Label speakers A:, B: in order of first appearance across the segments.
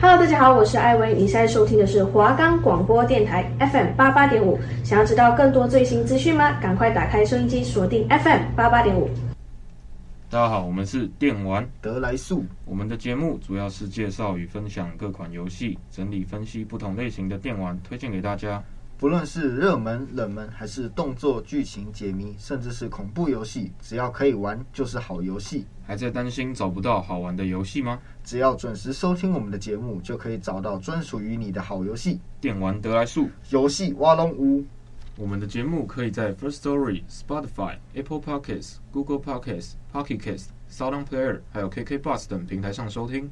A: Hello，大家好，我是艾薇，你现在收听的是华冈广播电台 FM 八八点五。想要知道更多最新资讯吗？赶快打开收音机，锁定 FM 八八点五。
B: 大家好，我们是电玩。
C: 得来速，
B: 我们的节目主要是介绍与分享各款游戏，整理分析不同类型的电玩，推荐给大家。
C: 不论是热门、冷门，还是动作、剧情、解谜，甚至是恐怖游戏，只要可以玩就是好游戏。
B: 还在担心找不到好玩的游戏吗？
C: 只要准时收听我们的节目，就可以找到专属于你的好游戏。
B: 电玩得来速，
C: 游戏挖龙屋，
B: 我们的节目可以在 First Story、Spotify、Apple Podcasts、Google Podcasts、Pocket Casts、Sound On Player 还有 KK Bus 等平台上收听。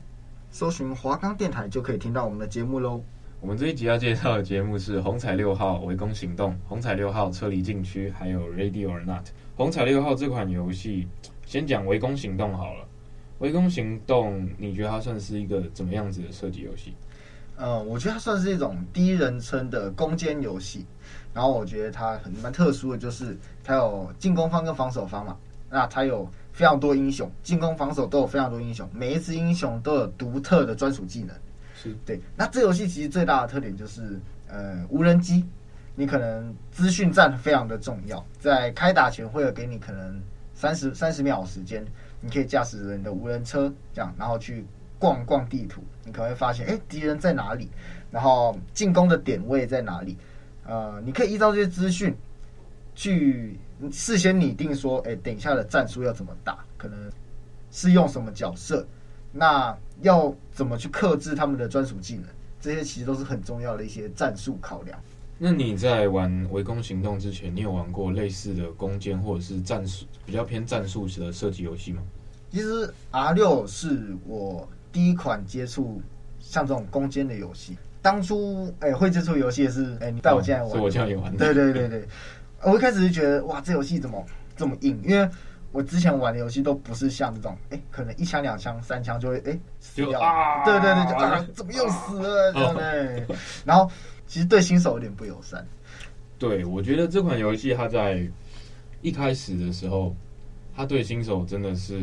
C: 搜寻华冈电台就可以听到我们的节目喽。
B: 我们这一集要介绍的节目是《红彩六号围攻行动》、《红彩六号撤离禁区》，还有《Radio or Not》。《红彩六号》这款游戏，先讲围攻行动好了。围攻行动，你觉得它算是一个怎么样子的射击游戏？
C: 呃，我觉得它算是一种第一人称的攻坚游戏。然后我觉得它很蛮特殊的，就是它有进攻方跟防守方嘛。那它有非常多英雄，进攻、防守都有非常多英雄，每一只英雄都有独特的专属技能。
B: 是
C: 对。那这游戏其实最大的特点就是，呃，无人机，你可能资讯站非常的重要，在开打前会有给你可能三十三十秒的时间，你可以驾驶人的无人车这样，然后去逛逛地图，你可能会发现，哎，敌人在哪里，然后进攻的点位在哪里，呃，你可以依照这些资讯去事先拟定说，哎，等一下的战术要怎么打，可能是用什么角色，那要怎么去克制他们的专属技能，这些其实都是很重要的一些战术考量。
B: 那你在玩围攻行动之前，你有玩过类似的攻坚或者是战术比较偏战术的射击游戏吗？
C: 其实 R 六是我第一款接触像这种攻坚的游戏。当初哎、会接触游戏也是哎、你带我进来玩，
B: 是我叫你玩的。
C: 对对对对，呃我一开始就觉得哇，这游戏怎么这么硬？因为我之前玩的游戏都不是像这种，哎、可能一枪、两枪、三枪就会哎、死
B: 就
C: 掉，
B: 啊
C: 对对对，就啊，怎么又 死了？这样对。然后其实对新手有点不友善，
B: 对，我觉得这款游戏它在一开始的时候，它对新手真的是，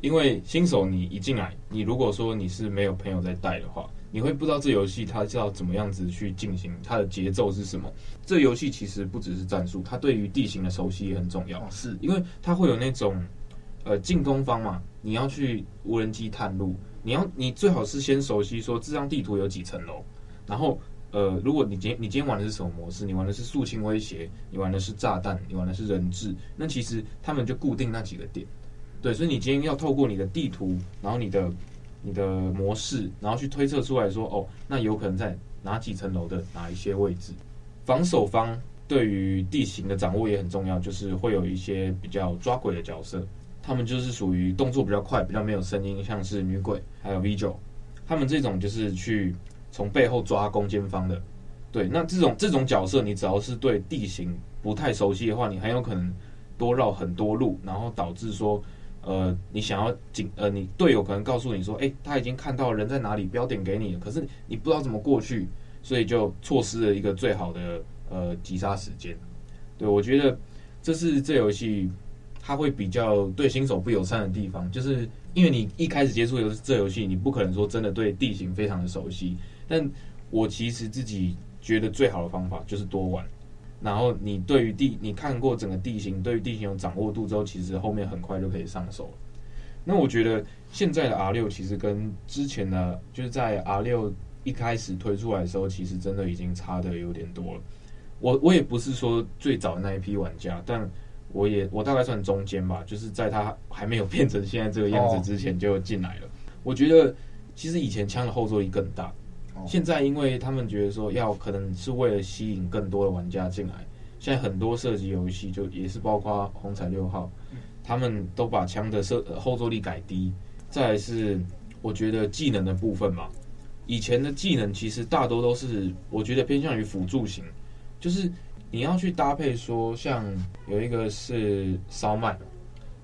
B: 因为新手你一进来，你如果说你是没有朋友在带的话，你会不知道这游戏它是要怎么样子去进行，它的节奏是什么。这游戏其实不只是战术，它对于地形的熟悉也很重要
C: 哦，，是
B: 因为它会有那种呃进攻方嘛，你要去无人机探路，你要你最好是先熟悉说这张地图有几层楼，然后呃，如果你今天你今天玩的是什么模式，你玩的是肃清威胁，你玩的是炸弹，你玩的是人质，那其实他们就固定那几个点，对，所以你今天要透过你的地图，然后你的你的模式，然后去推测出来说，哦，那有可能在哪几层楼的哪一些位置，防守方对于地形的掌握也很重要，就是会有一些比较抓鬼的角色，他们就是属于动作比较快、比较没有声音，像是女鬼还有 V 九，他们这种就是去从背后抓攻坚方的。对，那这种这种角色，你只要是对地形不太熟悉的话，你很有可能多绕很多路，然后导致说，呃，你想要警呃，你队友可能告诉你说，哎、他已经看到人在哪里，标点给你了，可是你不知道怎么过去，所以就错失了一个最好的呃击杀时间。对我觉得这是这游戏它会比较对新手不友善的地方，就是因为你一开始接触游这游戏，你不可能说真的对地形非常的熟悉。但我其实自己觉得最好的方法就是多玩，然后你对于地你看过整个地形，对于地形有掌握度之后，其实后面很快就可以上手了。那我觉得现在的 R 六其实跟之前的就是在 R 六一开始推出来的时候，其实真的已经差的有点多了。我我也不是说最早的那一批玩家，但我也我大概算中间吧，就是在他还没有变成现在这个样子
C: 哦
B: 之前就进来了。我觉得其实以前枪的后坐力更大，
C: 哦
B: 现在因为他们觉得说要可能是为了吸引更多的玩家进来，现在很多射击游戏就也是包括红彩六号，他们都把枪的射呃后坐力改低，再来是我觉得技能的部分嘛，以前的技能其实大多都是我觉得偏向于辅助型，就是你要去搭配说像有一个是烧麦，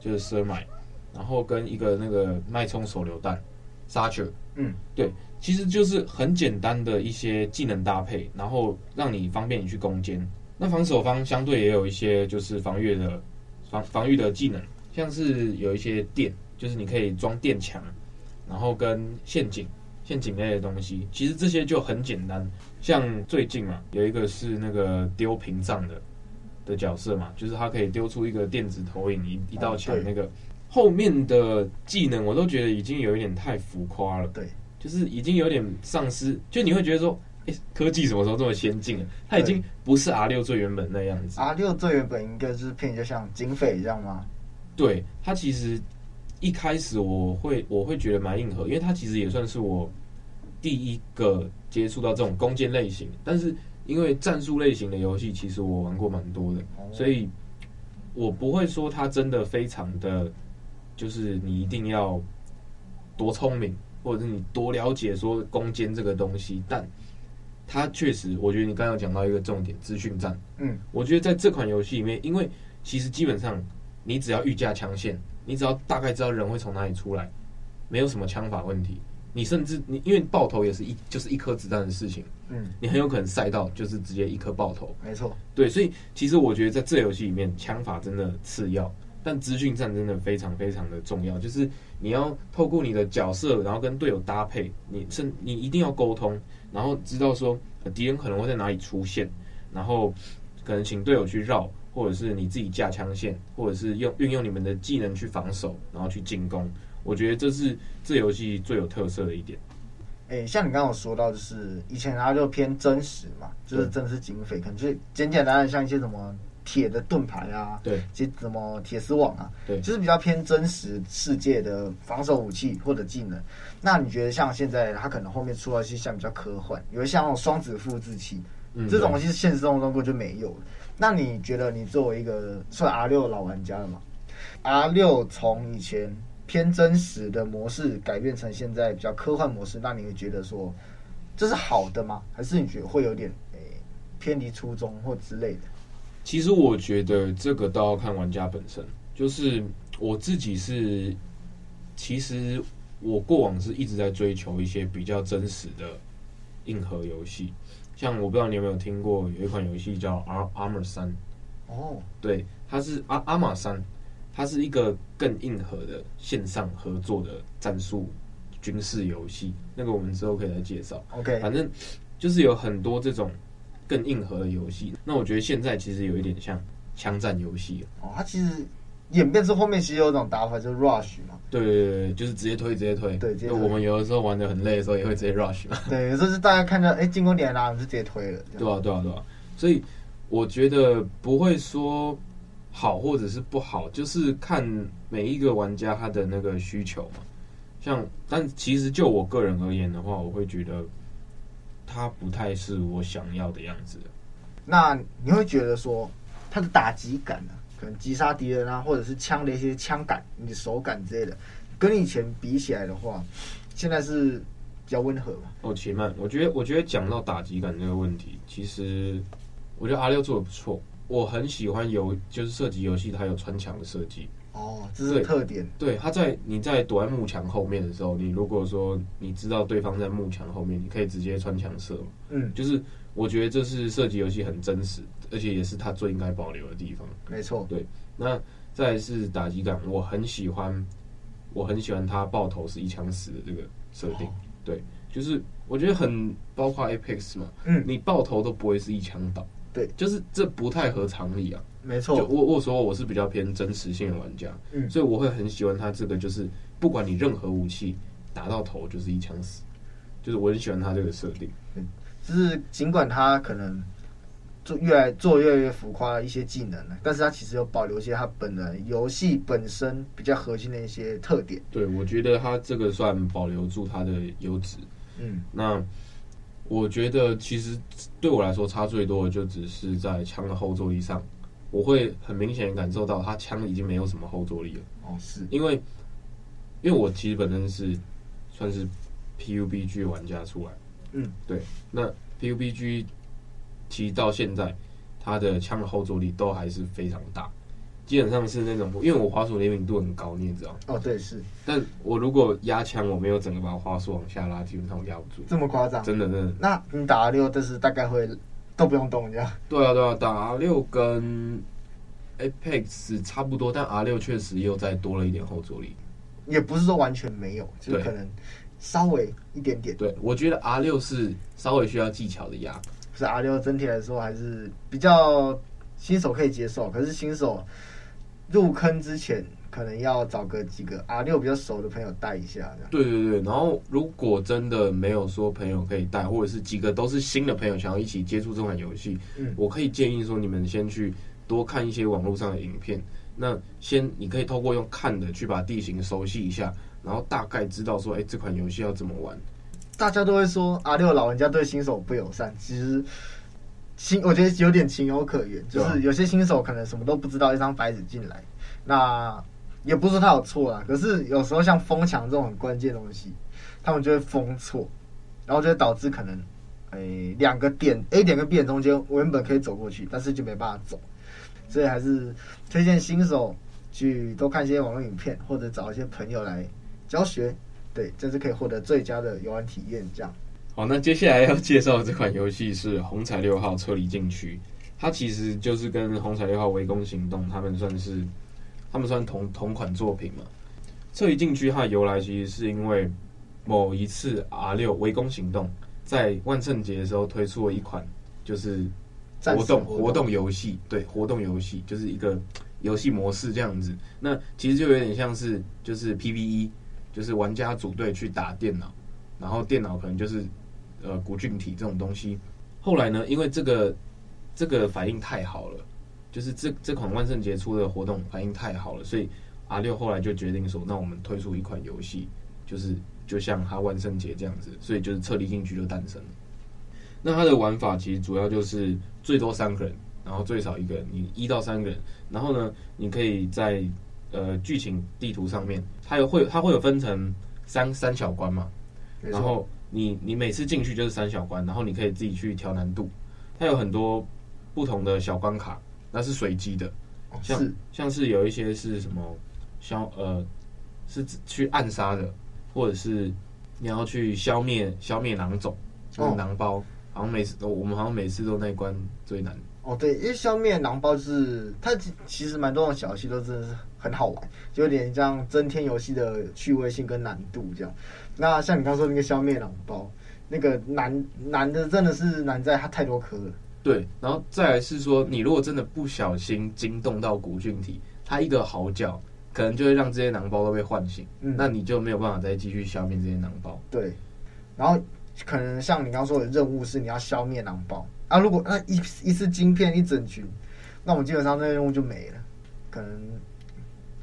B: 就是奢麦，然后跟一个那个脉冲手榴弹 s a t c h e r
C: 嗯，
B: 对，其实就是很简单的一些技能搭配，然后让你方便你去攻坚。那防守方相对也有一些就是防御的防防御的技能，像是有一些电，就是你可以装电墙，然后跟陷阱，陷阱类的东西，其实这些就很简单。像最近嘛，有一个是那个丢屏障的的角色嘛，就是他可以丢出一个电子投影一一道墙
C: 哦对
B: 那个。后面的技能我都觉得已经有一点太浮夸了，
C: 对，
B: 就是已经有点丧失，就你会觉得说，哎、科技什么时候这么先进了？啊它已经不是 R 六最原本那样子。
C: R 啊六最原本应该就是片，就像警匪一样吗？
B: 对它其实一开始我会我会觉得蛮硬核，因为它其实也算是我第一个接触到这种弓箭类型，但是因为战术类型的游戏，其实我玩过蛮多的，
C: 哦
B: 所以我不会说它真的非常的，就是你一定要多聪明，或者是你多了解说攻坚这个东西，但它确实，我觉得你刚刚有讲到一个重点，资讯战。
C: 嗯，
B: 我觉得在这款游戏里面，因为其实基本上你只要预架枪线，你只要大概知道人会从哪里出来，没有什么枪法问题。你甚至你因为爆头也是一就是一颗子弹的事情，
C: 嗯，
B: 你很有可能赛到就是直接一颗爆头。
C: 没错，
B: 对，所以其实我觉得在这游戏里面，枪法真的次要，但资讯战真的非常非常的重要。就是你要透过你的角色，然后跟队友搭配，你甚你一定要沟通，然后知道说呃敌人可能会在哪里出现，然后可能请队友去绕，或者是你自己架枪线，或者是用运用你们的技能去防守，然后去进攻。我觉得这是这游戏最有特色的一点。
C: 诶、哎像你刚刚有说到，就是以前 R 六偏真实嘛，就是真的是警匪，可能就是简简单单像一些什么铁的盾牌啊，
B: 对，
C: 其实什么铁丝网啊，
B: 对
C: 就是比较偏真实世界的防守武器或者技能。那你觉得像现在它可能后面出来是像比较科幻，有一些像那种双子复制器，
B: 嗯
C: 这种东西是现实生活中根本就没有的。那你觉得你作为一个算 R 六老玩家了嘛？R 六从以前偏真实的模式改变成现在比较科幻模式，那你会觉得说这是好的吗？还是你觉得会有点诶、偏离初衷或之类的？
B: 其实我觉得这个倒要看玩家本身，就是我自己是，其实我过往是一直在追求一些比较真实的硬核游戏，像我不知道你有没有听过有一款游戏叫《阿阿玛三》，
C: 哦，
B: 对，它是阿阿玛三，它是一个更硬核的线上合作的战术军事游戏，那个我们之后可以来介绍。
C: OK，
B: 反正就是有很多这种更硬核的游戏。那我觉得现在其实有一点像枪战游戏了，
C: 哦，它其实演变至后面其实有一种打法就是 rush 嘛，
B: 对对对对，就是直接推直接推。
C: 对直接
B: 就
C: 推
B: 我们有的时候玩的很累的时候也会直接 rush 嘛，
C: 对，有时候是大家看到哎进攻点啦，我们就直接推了，这样
B: 对吧、对吧、对吧、所以我觉得不会说好或者是不好，就是看每一个玩家他的那个需求嘛。像，但其实就我个人而言的话，我会觉得它不太是我想要的样子。
C: 那你会觉得说它的打击感呢、可能击杀敌人啊，或者是枪的一些枪感、你的手感之类的，跟以前比起来的话，现在是比较温和嘛。
B: 哦，且慢，我觉得，我觉得讲到打击感这个问题，其实我觉得 R 六做的不错，我很喜欢游，就是射击游戏它有穿墙的设计。
C: 哦，这是个特点。
B: 对，它在你在躲在幕墙后面的时候，你如果说你知道对方在幕墙后面，你可以直接穿墙射嘛。
C: 嗯，
B: 就是我觉得这是射击游戏很真实，而且也是它最应该保留的地方。
C: 没错。
B: 那再来是打击感，我很喜欢，我很喜欢他爆头是一枪死的这个设定。
C: 哦
B: 对，就是我觉得很包括 Apex 嘛，
C: 嗯
B: 你爆头都不会是一枪倒，
C: 对，
B: 就是这不太合常理啊。
C: 没
B: 就
C: 错。
B: 我我说我是比较偏真实性的玩家，
C: 嗯
B: 所以我会很喜欢他这个，就是不管你任何武器打到头就是一枪死，就是我很喜欢他这个设定。
C: 就是尽管它可能做越来做越来越浮夸的一些技能了，但是它其实有保留一些它本来游戏本身比较核心的一些特点。
B: 对，我觉得他这个算保留住他的优质。
C: 嗯，
B: 那我觉得其实对我来说差最多的就只是在枪的后坐力上，我会很明显地感受到它枪已经没有什么后坐力了，
C: 哦是。
B: 因为因为我其实本身是算是 PUBG 玩家出来，
C: 嗯，
B: 对，那 PUBG 其实到现在它的枪的后坐力都还是非常大。基本上是那种，因为我滑鼠灵敏度很高，你也知道。
C: 哦对是
B: 但我如果压枪，我没有整个把滑鼠往下拉，基本上我压不住。
C: 这么夸张。
B: 真的，真的，
C: 那你打了六，但是大概会都不用动这样。
B: 对啊，对啊，打 R 六跟 Apex 差不多，但 R 六确实又再多了一点后坐力。
C: 也不是说完全没有，就
B: 对
C: 是可能稍微一点点。
B: 对，我觉得 R 六是稍微需要技巧的鸭，
C: 是 R 六整体来说还是比较新手可以接受，可是新手入坑之前可能要找个几个 R 六比较熟的朋友带一下，这样
B: 对对对，然后如果真的没有说朋友可以带，或者是几个都是新的朋友想要一起接触这款游戏，
C: 嗯
B: 我可以建议说你们先去多看一些网络上的影片。那先你可以透过用看的去把地形熟悉一下，然后大概知道说，哎、这款游戏要怎么玩。
C: 大家都会说 R 六老人家对新手不友善，其实情我觉得有点情有可原，就
B: 对啊
C: 是有些新手可能什么都不知道，一张白纸进来，那也不是说他有错啦，可是有时候像疯墙这种很关键的东西，他们就会疯错，然后就会导致可能。诶，两个点 A 点跟 B 点中间，我原本可以走过去，但是就没办法走，所以还是推荐新手去多看一些网络影片，或者找一些朋友来教学，对，这是可以获得最佳的游玩体验。这样，
B: 好，那接下来要介绍的这款游戏是《红彩六号撤离禁区》，它其实就是跟《红彩六号围攻行动》他们算是他们算同同款作品嘛。撤离禁区它的由来其实是因为某一次 R 六围攻行动在万圣节的时候推出了一款就是
C: 战
B: 活
C: 士
B: 动
C: 活
B: 活
C: 动
B: 动游戏，对活动游戏就是一个游戏模式这样子。那其实就有点像是就是 PVE，就是玩家组队去打电脑，然后电脑可能就是呃古菌体这种东西。后来呢，因为这个这个反应太好了，就是这这款万圣节出的活动反应太好了，所以 R 六后来就决定说，那我们推出一款游戏，就是就像它万圣节这样子，所以就是撤离进去就诞生了。那它的玩法其实主要就是最多三个人，然后最少一个人，你一到三个人，然后呢，你可以在呃剧情地图上面，它有会它会有分成三三小关嘛，
C: 没
B: 然
C: 错，
B: 后你你每次进去就是三小关，然后你可以自己去调难度，它有很多不同的小关卡，那是随机的，
C: 哦
B: 像
C: 是
B: 像是有一些是什么消呃是指去暗杀的，或者是你要去消灭消灭狼种，就是
C: 哦
B: 狼包，好像每次我们好像每次都那一关最难。
C: 哦，对，因为消灭狼包是它其其实蛮多种小游戏都真的是很好玩，就有点像增添游戏的趣味性跟难度这样。那像你刚说那个消灭狼包，那个难难的真的是难在它太多颗了。
B: 对，然后再来是说，你如果真的不小心惊动到古菌体，它一个嚎叫，可能就会让这些囊包都被唤醒，
C: 嗯
B: 那你就没有办法再继续消灭这些囊包。
C: 对，然后可能像你刚刚说的任务是你要消灭狼堡啊，如果那一一次晶片一整群，那我们基本上那个任务就没了，可能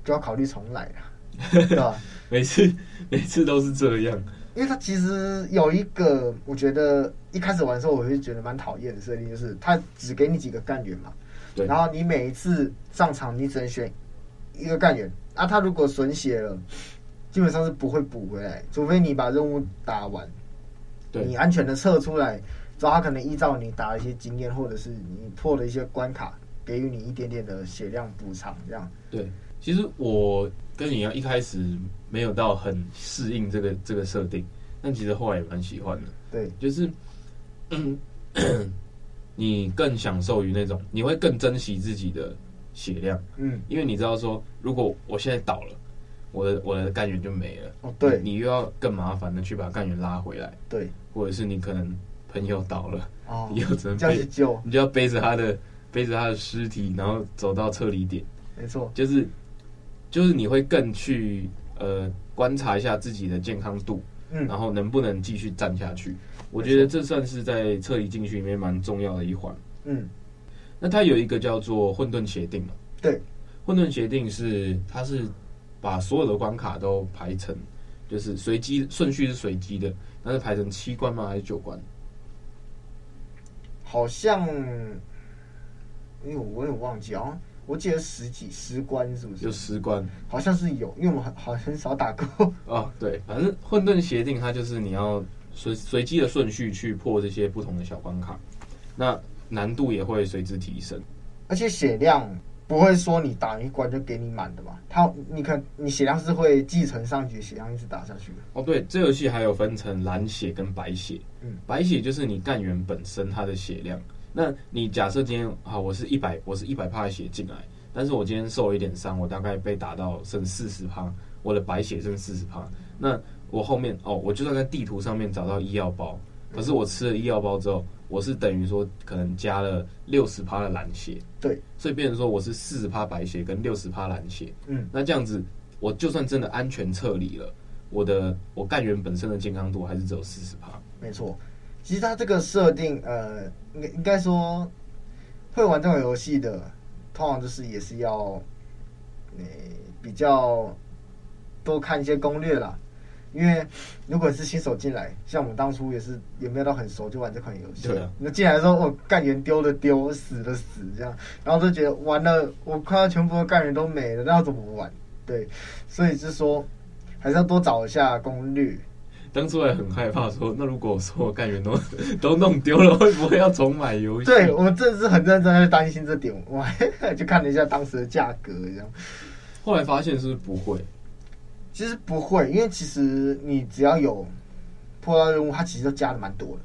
C: 就要考虑重来了，对吧？
B: 每次 每次都是这样，
C: 因为它其实有一个，我觉得一开始玩的时候，我会觉得蛮讨厌的设定，就是它只给你几个干员嘛，
B: 对
C: 然后你每一次上场，你只能选一个干员，啊，他如果损血了，基本上是不会补回来，除非你把任务打完，
B: 对
C: 你安全的撤出来之后，他可能依照你打的一些经验，或者是你破的一些关卡，给予你一点点的血量补偿，这样。
B: 对，其实我跟你一样，一开始没有到很适应这个这个设定，但其实后来也蛮喜欢的。
C: 对，
B: 就是，嗯， 你更享受于那种，你会更珍惜自己的血量，
C: 嗯，
B: 因为你知道说，如果我现在倒了，我的我的干员就没了，
C: 哦，对
B: 你又要更麻烦的去把干员拉回来，
C: 对，
B: 或者是你可能朋友倒了，
C: 哦，
B: 你又只能
C: 这样去
B: 背，
C: 救，
B: 你就要背着他的背着他的尸体，然后走到撤离点。
C: 没错。
B: 就是就是你会更去呃观察一下自己的健康度，
C: 嗯
B: 然后能不能继续站下去。我觉得这算是在撤离禁区里面蛮重要的一环。
C: 嗯，
B: 那它有一个叫做混沌协定嘛？
C: 对，
B: 混沌协定是它是把所有的关卡都排成，就是随机顺序是随机的，但是排成七关吗？还是九关？
C: 好像，因为我我有点忘记，好像我记得十几十关是不？
B: 就是十关
C: 好像是有，因为我们很好很少打过。
B: 哦，对，反正混沌协定它就是你要随随机的顺序去破这些不同的小关卡，那难度也会随之提升。
C: 而且血量不会说你打一关就给你满的吧？它你看你血量是会继承上一局血量一直打下去的。
B: 哦，对，这游戏还有分成蓝血跟白血。
C: 嗯，
B: 白血就是你干员本身它的血量。那你假设今天啊，我是一百，我是一百帕的血进来，但是我今天受了一点伤，我大概被打到剩四十帕，我的白血剩四十帕。那我后面哦，我就算在地图上面找到医药包，可是我吃了医药包之后，我是等于说可能加了六十趴的蓝血，
C: 对，
B: 所以变成说我是四十趴白血跟六十趴蓝血，
C: 嗯，
B: 那这样子我就算真的安全撤离了，我的我干员本身的健康度还是只有四十趴，
C: 没错。其实它这个设定，呃，应该应该说，会玩这种游戏的，通常就是也是要，呃，比较多看一些攻略啦。因为如果是新手进来，像我们当初也是也没有到很熟就玩这款游戏，
B: 对啊
C: 那进来的时候，哦，干员丢了丢，死了死这样，然后就觉得完了，我快要全部的干员都没了，那要怎么玩？对，所以是说还是要多找一下攻略，
B: 当初还很害怕说，那如果我说我干员都 都弄丢了，会不会要重买游戏？
C: 对我真的是很认真在担心这点，我还就看了一下当时的价格，这样
B: 后来发现是不是不会，
C: 其实不会，因为其实你只要有破到任务，它其实都加的蛮多的。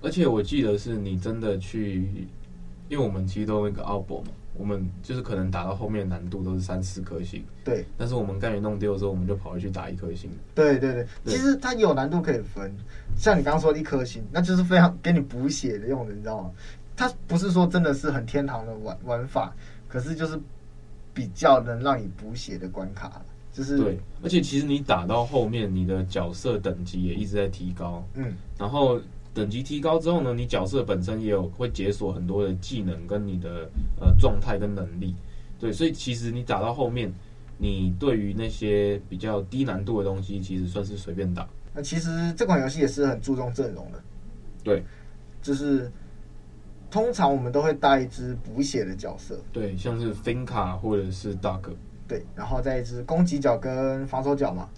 B: 而且我记得是你真的去，因为我们其实都那个奥博嘛，我们就是可能打到后面难度都是三四颗星，
C: 对
B: 但是我们干员弄丢的时候，我们就跑回去打一颗星。
C: 对对对，
B: 对
C: 其实它有难度可以分，像你刚刚说的一颗星，那就是非常给你补血的用的，你知道吗？它不是说真的是很天堂的玩玩法，可是就是比较能让你补血的关卡，就是
B: 对，而且其实你打到后面，你的角色等级也一直在提高，
C: 嗯。
B: 然后等级提高之后呢，你角色本身也有会解锁很多的技能跟你的呃状态跟能力，对，所以其实你打到后面，你对于那些比较低难度的东西，其实算是随便打。
C: 那其实这款游戏也是很注重阵容的。
B: 对，
C: 就是通常我们都会带一只补血的角色，
B: 对，像是 Finca 或者是 Duck，
C: 对，然后再一只攻击角跟防守角嘛，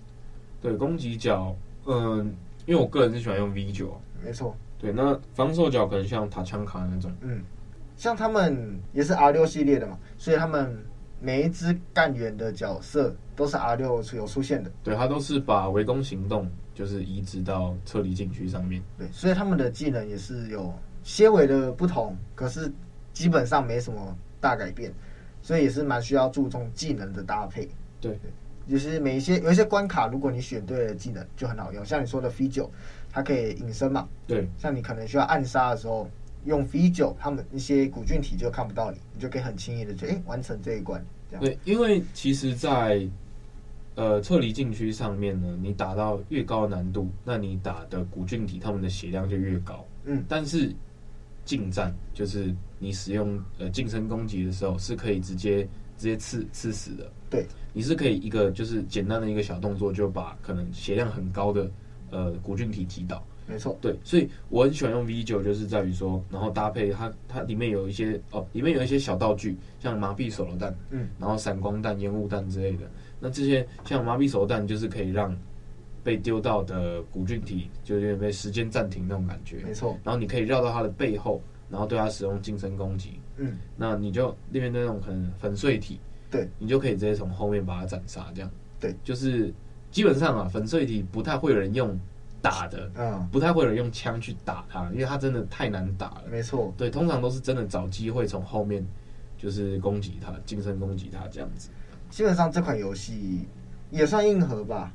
B: 对，攻击角，嗯，因为我个人是喜欢用 V 九，
C: 没错。
B: 对，那防守角可能像塔枪卡那种，
C: 像他们也是 R 六系列的嘛，所以他们每一只干员的角色都是 R 六有出现的，
B: 对，它都是把围攻行动就是移植到撤离禁区上面。
C: 对，所以他们的技能也是有些微的不同，可是基本上没什么大改变，所以也是蛮需要注重技能的搭配。
B: 对，
C: 就是每一些有一些关卡，如果你选对了技能就很好用，像你说的 V 九，它可以隐身嘛，
B: 对，
C: 像你可能需要暗杀的时候。用 V 九，他们一些古菌体就看不到你，你就可以很轻易的就哎、诶完成这一关。这样
B: 对，因为其实在，呃撤离禁区上面呢，你打到越高的难度，那你打的古菌体他们的血量就越高。
C: 嗯，
B: 但是近战就是你使用呃近身攻击的时候，是可以直接直接刺刺死的。
C: 对，
B: 你是可以一个就是简单的一个小动作，就把可能血量很高的呃古菌体击倒。
C: 没错，
B: 对，所以我很喜欢用 V 九，就是在于说，然后搭配它，它里面有一些哦，里面有一些小道具，像麻痹手榴弹，
C: 嗯，
B: 然后闪光弹、烟雾弹之类的。那这些像麻痹手榴弹，就是可以让被丢到的古菌体，就有点被时间暂停那种感觉。
C: 没错，
B: 然后你可以绕到它的背后，然后对它使用近身攻击。
C: 嗯，
B: 那你就那边那种可能粉碎体，
C: 对，
B: 你就可以直接从后面把它斩杀，这样。
C: 对，
B: 就是基本上啊，粉碎体不太会有人用打的。
C: 嗯，
B: 不太会有人用枪去打他，因为他真的太难打了。
C: 没错，
B: 对，通常都是真的找机会从后面就是攻击他，近身攻击他这样子。
C: 基本上这款游戏也算硬核吧，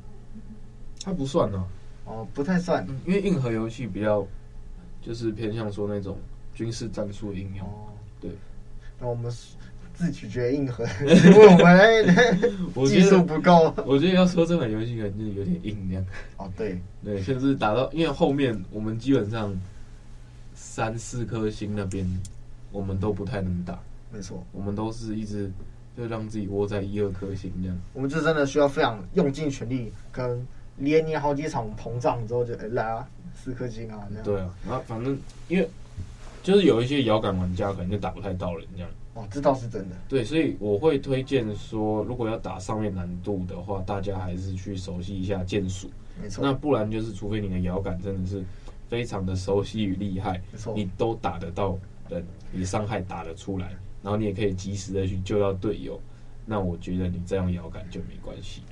B: 他不算呢、
C: 哦，不太算，
B: 嗯因为硬核游戏比较就是偏向说那种军事战术的应用。
C: 哦，
B: 对，
C: 那我们自取决硬 核，因为我们哎
B: 我觉
C: 技
B: 得
C: 术不够，
B: 我觉得要说这款游戏可能就是有点硬这样。
C: 哦，对，
B: 对，就是打到，因为后面我们基本上三四颗星那边我们都不太能打，
C: 没错，
B: 我们都是一直就让自己窝在一二颗星这样。
C: 我们就真的需要非常用尽全力，跟连年好几场膨胀之后就哎来啊，四颗星啊，这样，
B: 对啊，然后反正因为就是有一些摇杆玩家可能就打不太到人这样，
C: 哦，这倒是真的，
B: 对，所以我会推荐说，如果要打上面难度的话，大家还是去熟悉一下键鼠，
C: 没错，
B: 那不然就是除非你的摇杆真的是非常的熟悉与厉害，
C: 没错，
B: 你都打得到人，你伤害打得出来，然后你也可以及时的去救到队友，那我觉得你再用摇杆就没关系。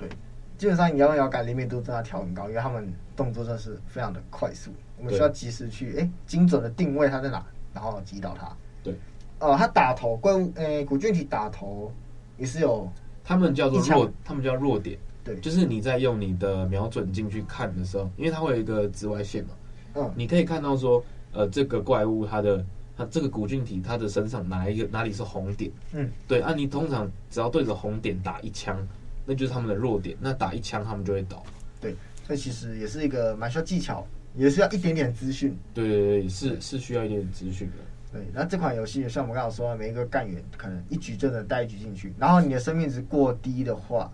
C: 基本上你要摇杆灵敏度真的调很高，因为他们动作真的是非常的快速，我们
B: 对
C: 需要及时去哎、精准的定位它在哪，然后击倒它。
B: 对，
C: 哦，它打呃头怪物，哎、古巨体打头也是有
B: 他们叫做
C: 一枪
B: 弱，他们叫弱点，
C: 对
B: 就是你在用你的瞄准镜去看的时候，因为它会有一个紫外线嘛，
C: 嗯，
B: 你可以看到说，呃，这个怪物它的它这个古菌体它的身上哪一个哪里是红点，
C: 嗯，
B: 对啊，你通常只要对着红点打一枪，那就是他们的弱点，那打一枪他们就会倒。
C: 对，这其实也是一个蛮需要技巧，也是要一点点资讯。
B: 对对对，是是需要一点资讯的。
C: 对，那这款游戏像我们刚刚说啊的，每一个干员可能一局就能带一局进去，然后你的生命值过低的话，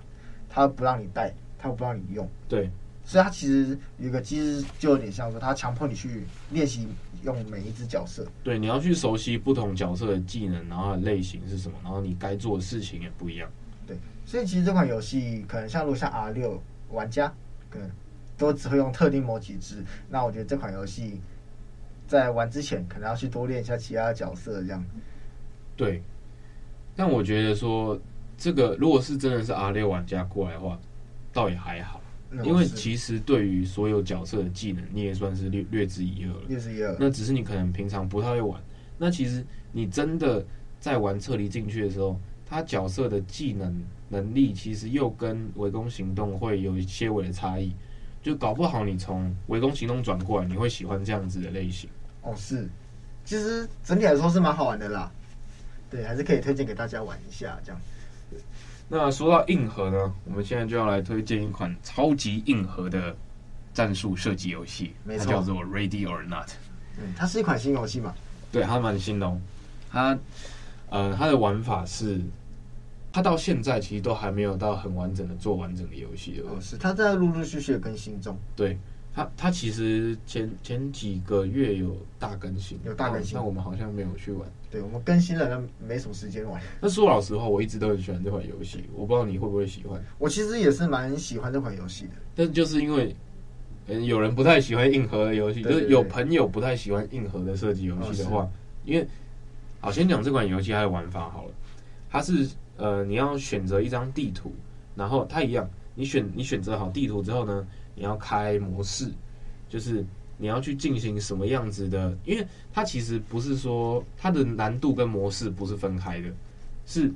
C: 他不让你带，他不让你用，
B: 对，
C: 所以他其实有一个机制，就有点像说他强迫你去练习用每一只角色。
B: 对，你要去熟悉不同角色的技能，然后它的类型是什么，然后你该做的事情也不一样。
C: 对，所以其实这款游戏可能像如果像 R 六玩家，可能都只会用特定某几只，那我觉得这款游戏在玩之前可能要去多练一下其他的角色，这样。
B: 对，但我觉得说这个如果是真的是 R 六玩家过来的话，倒也还好，
C: 那
B: 因为
C: 我是
B: 其实对于所有角色的技能，你也算是略略知一二了。
C: 六十一二，
B: 那只是你可能平常不太会玩。那其实你真的在玩撤离进去的时候，他角色的技能能力其实又跟围攻行动会有一些微的差异。就搞不好你从围攻行动转过来，你会喜欢这样子的类型。
C: 哦是，其实整体来说是蛮好玩的啦，对，还是可以推荐给大家玩一下这样。
B: 那说到硬核呢，我们现在就要来推荐一款超级硬核的战术射击游戏，
C: 没
B: 它
C: 错
B: 叫做 Ready or Not。
C: 嗯，它是一款新游戏嘛，
B: 对，它蛮新的哦。它呃，它的玩法是，它到现在其实都还没有到很完整的做完整的游戏，对不对
C: 哦是，它在陆陆续续的更新中，
B: 对它，它其实前前几个月有大更新，哦
C: 有大更新
B: 那我们好像没有去玩。
C: 对我们更新了，那没什么时间玩。
B: 那说老实话，我一直都很喜欢这款游戏，我不知道你会不会喜欢，
C: 我其实也是蛮喜欢这款游戏的，
B: 但就是因为。嗯，有人不太喜欢硬核的游戏，
C: 对对
B: 就是有朋友不太喜欢硬核的射击游戏的话，因为好，先讲这款游戏它的玩法好了。它是呃，你要选择一张地图，然后它一样，你选你选择好地图之后呢，你要开模式，就是你要去进行什么样子的，因为它其实不是说它的难度跟模式不是分开的，是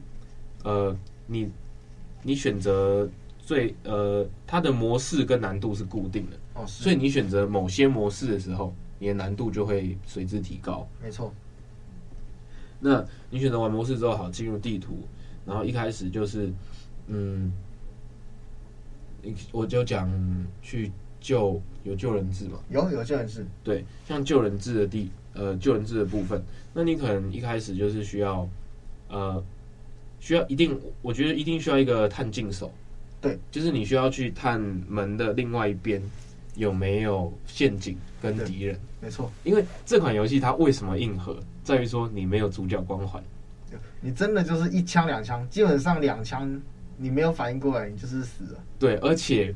B: 呃，你你选择最呃，它的模式跟难度是固定的，
C: 哦是，
B: 所以你选择某些模式的时候，你的难度就会随之提高。
C: 没错，
B: 那你选择完模式之后，好进入地图，然后一开始就是，嗯，你我就讲去救有救人质嘛，
C: 有有这人是，
B: 对，像救人质的地呃救人质的部分，那你可能一开始就是需要呃需要一定，我觉得一定需要一个探镜手，
C: 对，
B: 就是你需要去探门的另外一边有没有陷阱跟
C: 对
B: 敌人，
C: 没错。
B: 因为这款游戏它为什么硬核，在于说你没有主角光环。
C: 你真的就是一枪两枪，基本上两枪你没有反应过来，你就是死了，
B: 对，而且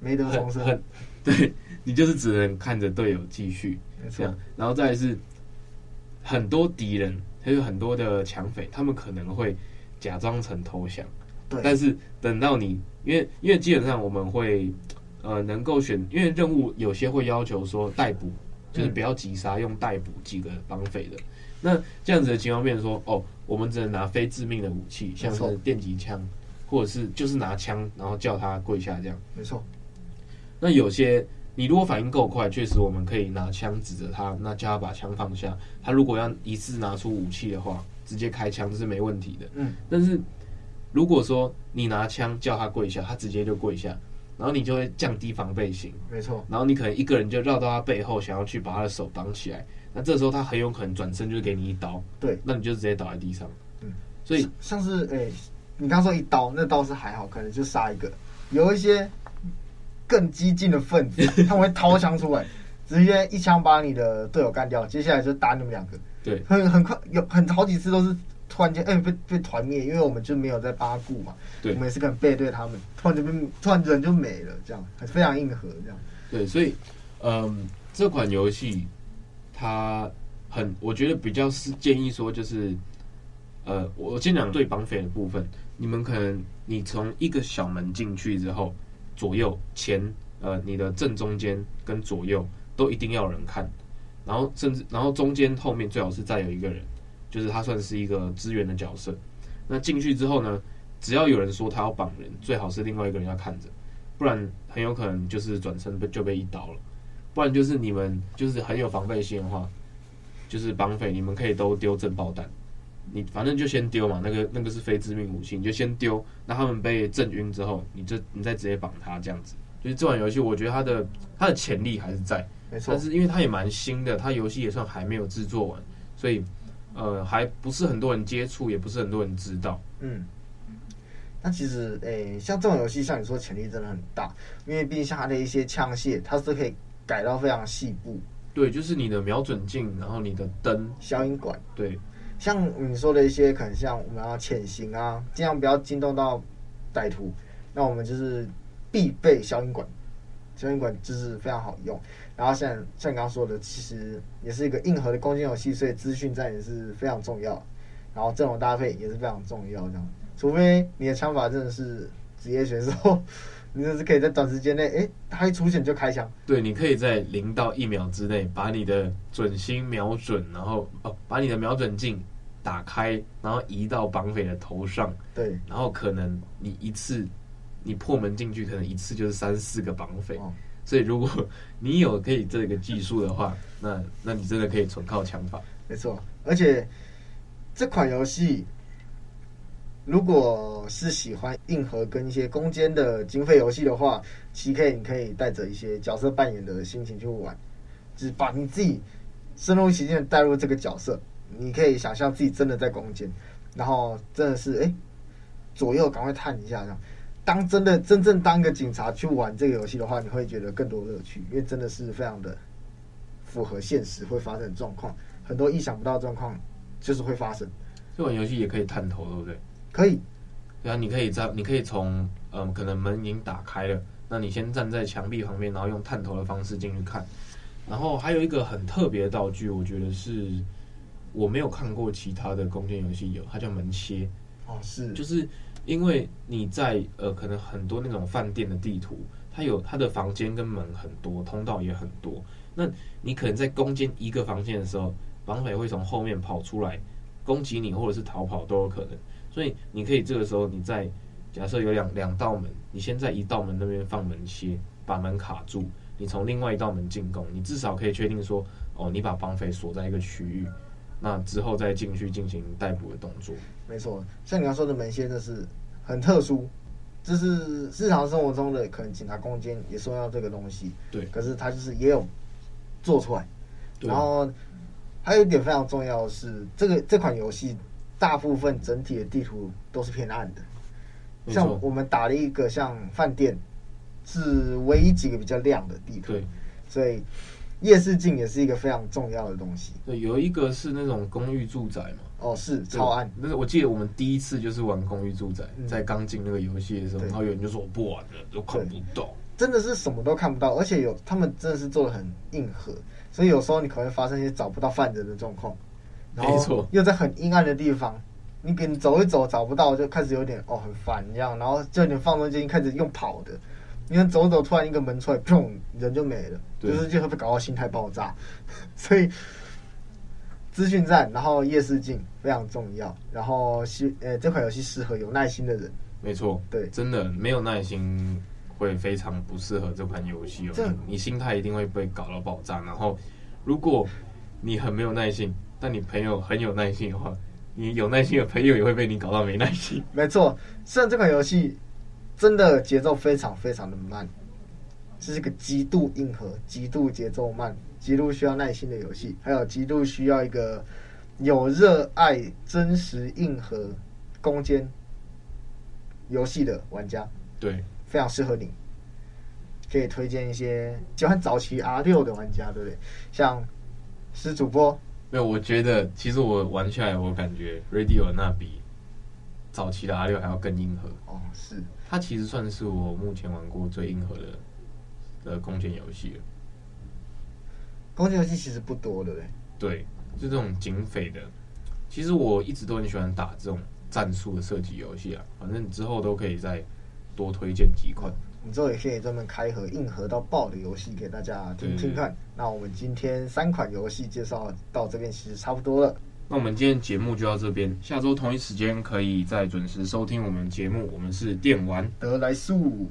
C: 没得
B: 很
C: 重生。
B: 很，对你就是只能看着队友继续
C: 没
B: 这样
C: 错，，
B: 然后再来是很多敌人还有很多的抢匪，他们可能会假装成投降，但
C: 对，
B: 是等到你，因为因为基本上我们会呃能够选，因为任务有些会要求说逮捕，就是
C: 嗯
B: 不要击杀，用逮捕几个绑匪的。那这样子的情况变成说，哦，我们只能拿非致命的武器，像是
C: 没错
B: 电击枪，或者是就是拿枪，然后叫他跪下这样。
C: 没错，
B: 那有些你如果反应够快，确实我们可以拿枪指着他，那叫他把枪放下。他如果要一次拿出武器的话，直接开枪这是没问题的。
C: 嗯，
B: 但是如果说你拿枪叫他跪下，他直接就跪下，然后你就会降低防备心，
C: 没错，
B: 然后你可能一个人就绕到他背后，想要去把他的手绑起来。那这时候他很有可能转身就给你一刀，
C: 对，
B: 那你就直接倒在地上。
C: 嗯，
B: 所以
C: 像像是诶、你刚说一刀，那刀是还好，可能就杀一个。有一些更激进的分 子，他们会掏枪出来，直接一枪把你的队友干掉，接下来就打你们两个。
B: 对
C: 很很快有很好几次都是突然间哎、被被团灭，因为我们就没有在八顾嘛，
B: 对
C: 我们也是可能背对他们，突然就被突然人就没了，这样非常硬核这样。
B: 对，所以，嗯，这款游戏它很，我觉得比较是建议说，就是，呃，我先讲对绑匪的部分，你们可能你从一个小门进去之后，左右前，呃，你的正中间跟左右都一定要有人看，然后甚至然后中间后面最好是再有一个人，就是他算是一个支援的角色。那进去之后呢，只要有人说他要绑人，最好是另外一个人要看着，不然很有可能就是转身被就被一刀了。不然就是你们就是很有防备心的话，就是绑匪你们可以都丢震爆弹，你反正就先丢嘛，那个那个是非致命武器，你就先丢。那他们被震晕之后，你就你再直接绑他这样子。就是这款游戏，我觉得它的它的潜力还是在。
C: 没错
B: 但，是因为它也蛮新的，它游戏也算还没有制作完，所以呃还不是很多人接触，也不是很多人知道。
C: 嗯。那其实，诶、像这种游戏，像你说潜力真的很大，因为毕竟像它的一些枪械，它是可以改到非常细部，
B: 对，就是你的瞄准镜，然后你的灯，
C: 消音管，
B: 对
C: 像你说的一些，可能像我们要潜行啊，尽量不要惊动到歹徒。那我们就是必备消音管，消音管就是非常好用。然后像像你刚刚说的，其实也是一个硬核的攻击游戏，所以资讯战也是非常重要。然后阵容搭配也是非常重要，这样。除非你的枪法真的是职业选手， 你就是可以在短时间内，诶，他一出现就开枪。
B: 对，你可以在零到一秒之内把你的准心瞄准，然后哦把你的瞄准镜打开，然后移到绑匪的头上，
C: 对，
B: 然后可能你一次你破门进去，可能一次就是三四个绑匪。
C: 哦
B: 所以，如果你有可以这个技术的话，那那你真的可以纯靠枪法。
C: 没错，而且这款游戏如果是喜欢硬核跟一些攻坚的经费游戏的话，其实可以你可以带着一些角色扮演的心情去玩，就是把你自己深入其境的带入这个角色，你可以想象自己真的在攻坚，然后真的是哎、诶左右赶快探一下这样。当真的真正当一个警察去玩这个游戏的话，你会觉得更多乐趣，因为真的是非常的符合现实会发生的状况。很多意想不到的状况就是会发生。
B: 这款游戏也可以探头，对不对？
C: 可以，
B: 对啊，你可以在，你可以从，嗯，可能门已经打开了，那你先站在墙壁旁边，然后用探头的方式进去看。然后还有一个很特别的道具，我觉得是我没有看过其他的弓箭游戏有，它叫门切，
C: 哦，是，
B: 就是因为你在呃，可能很多那种饭店的地图，它有它的房间跟门很多，通道也很多。那你可能在攻坚一个房间的时候，绑匪会从后面跑出来攻击你，或者是逃跑都有可能。所以你可以这个时候你在假设有两两道门，你先在一道门那边放门切，把门卡住。你从另外一道门进攻，你至少可以确定说，哦，你把绑匪锁在一个区域，那之后再进去进行逮捕的动作。
C: 没错。像你刚说的门线，这是很特殊，这是日常生活中的可能警察攻坚也说到这个东西，
B: 对
C: 可是他就是也有做出来。
B: 对
C: 然后还有一点非常重要的是，这个这款游戏大部分整体的地图都是偏暗的，
B: 没错
C: 像我们打了一个像饭店，是唯一几个比较亮的地图，
B: 对，
C: 所以夜视镜也是一个非常重要的东西。
B: 对，有一个是那种公寓住宅嘛，
C: 哦，是
B: 对
C: 超暗。。
B: 那是我记得我们第一次就是玩公寓住宅，
C: 嗯
B: 在刚进那个游戏的时候，
C: 对
B: 然后有人就说我不玩了，都看不懂。
C: 真的是什么都看不到，而且有他们真的是做的很硬核，所以有时候你可能会发生一些找不到犯人的状况，然
B: 没错
C: 后又在很阴暗的地方，你给你走一走找不到，就开始有点哦很烦这样，然后就有点放松就已经开始用跑的，你看走走突然一个门出来，砰人就没了，
B: 对
C: 就是就会被搞到心态爆炸，所以资讯站，然后夜视镜非常重要，然后是呃这款游戏适合有耐心的人，
B: 没错，
C: 对
B: 真的没有耐心会非常不适合这款游戏
C: 这
B: 哦。你你心态一定会被搞到爆炸。然后，如果你很没有耐心，但你朋友很有耐心的话，你有耐心的朋友也会被你搞到没耐 心。
C: 没错，虽然这款游戏真的节奏非常非常的慢，这是一个极度硬核、极度节奏慢、极度需要耐心的游戏，还有极度需要一个有热爱真实硬核攻坚游戏的玩家，
B: 对，
C: 非常适合你。可以推荐一些喜欢早期 R 六的玩家，对不对？像施主播，
B: 没有，我觉得其实我玩下来，我感觉 Radio 那比早期的 R 六还要更硬核。
C: 哦，是
B: 它其实算是我目前玩过最硬核的的弓箭游戏了。
C: 攻坚游戏其实不多，对不对？
B: 对，就这种警匪的，其实我一直都很喜欢打这种战术的射击游戏啊。反正之后都可以再多推荐几款。
C: 我们之后也可以专门开盒硬核到爆的游戏给大家听听看。那我们今天三款游戏介绍到这边其实差不多了，
B: 那我们今天节目就到这边，下周同一时间可以再准时收听我们节目。我们是电玩，
C: 得来速。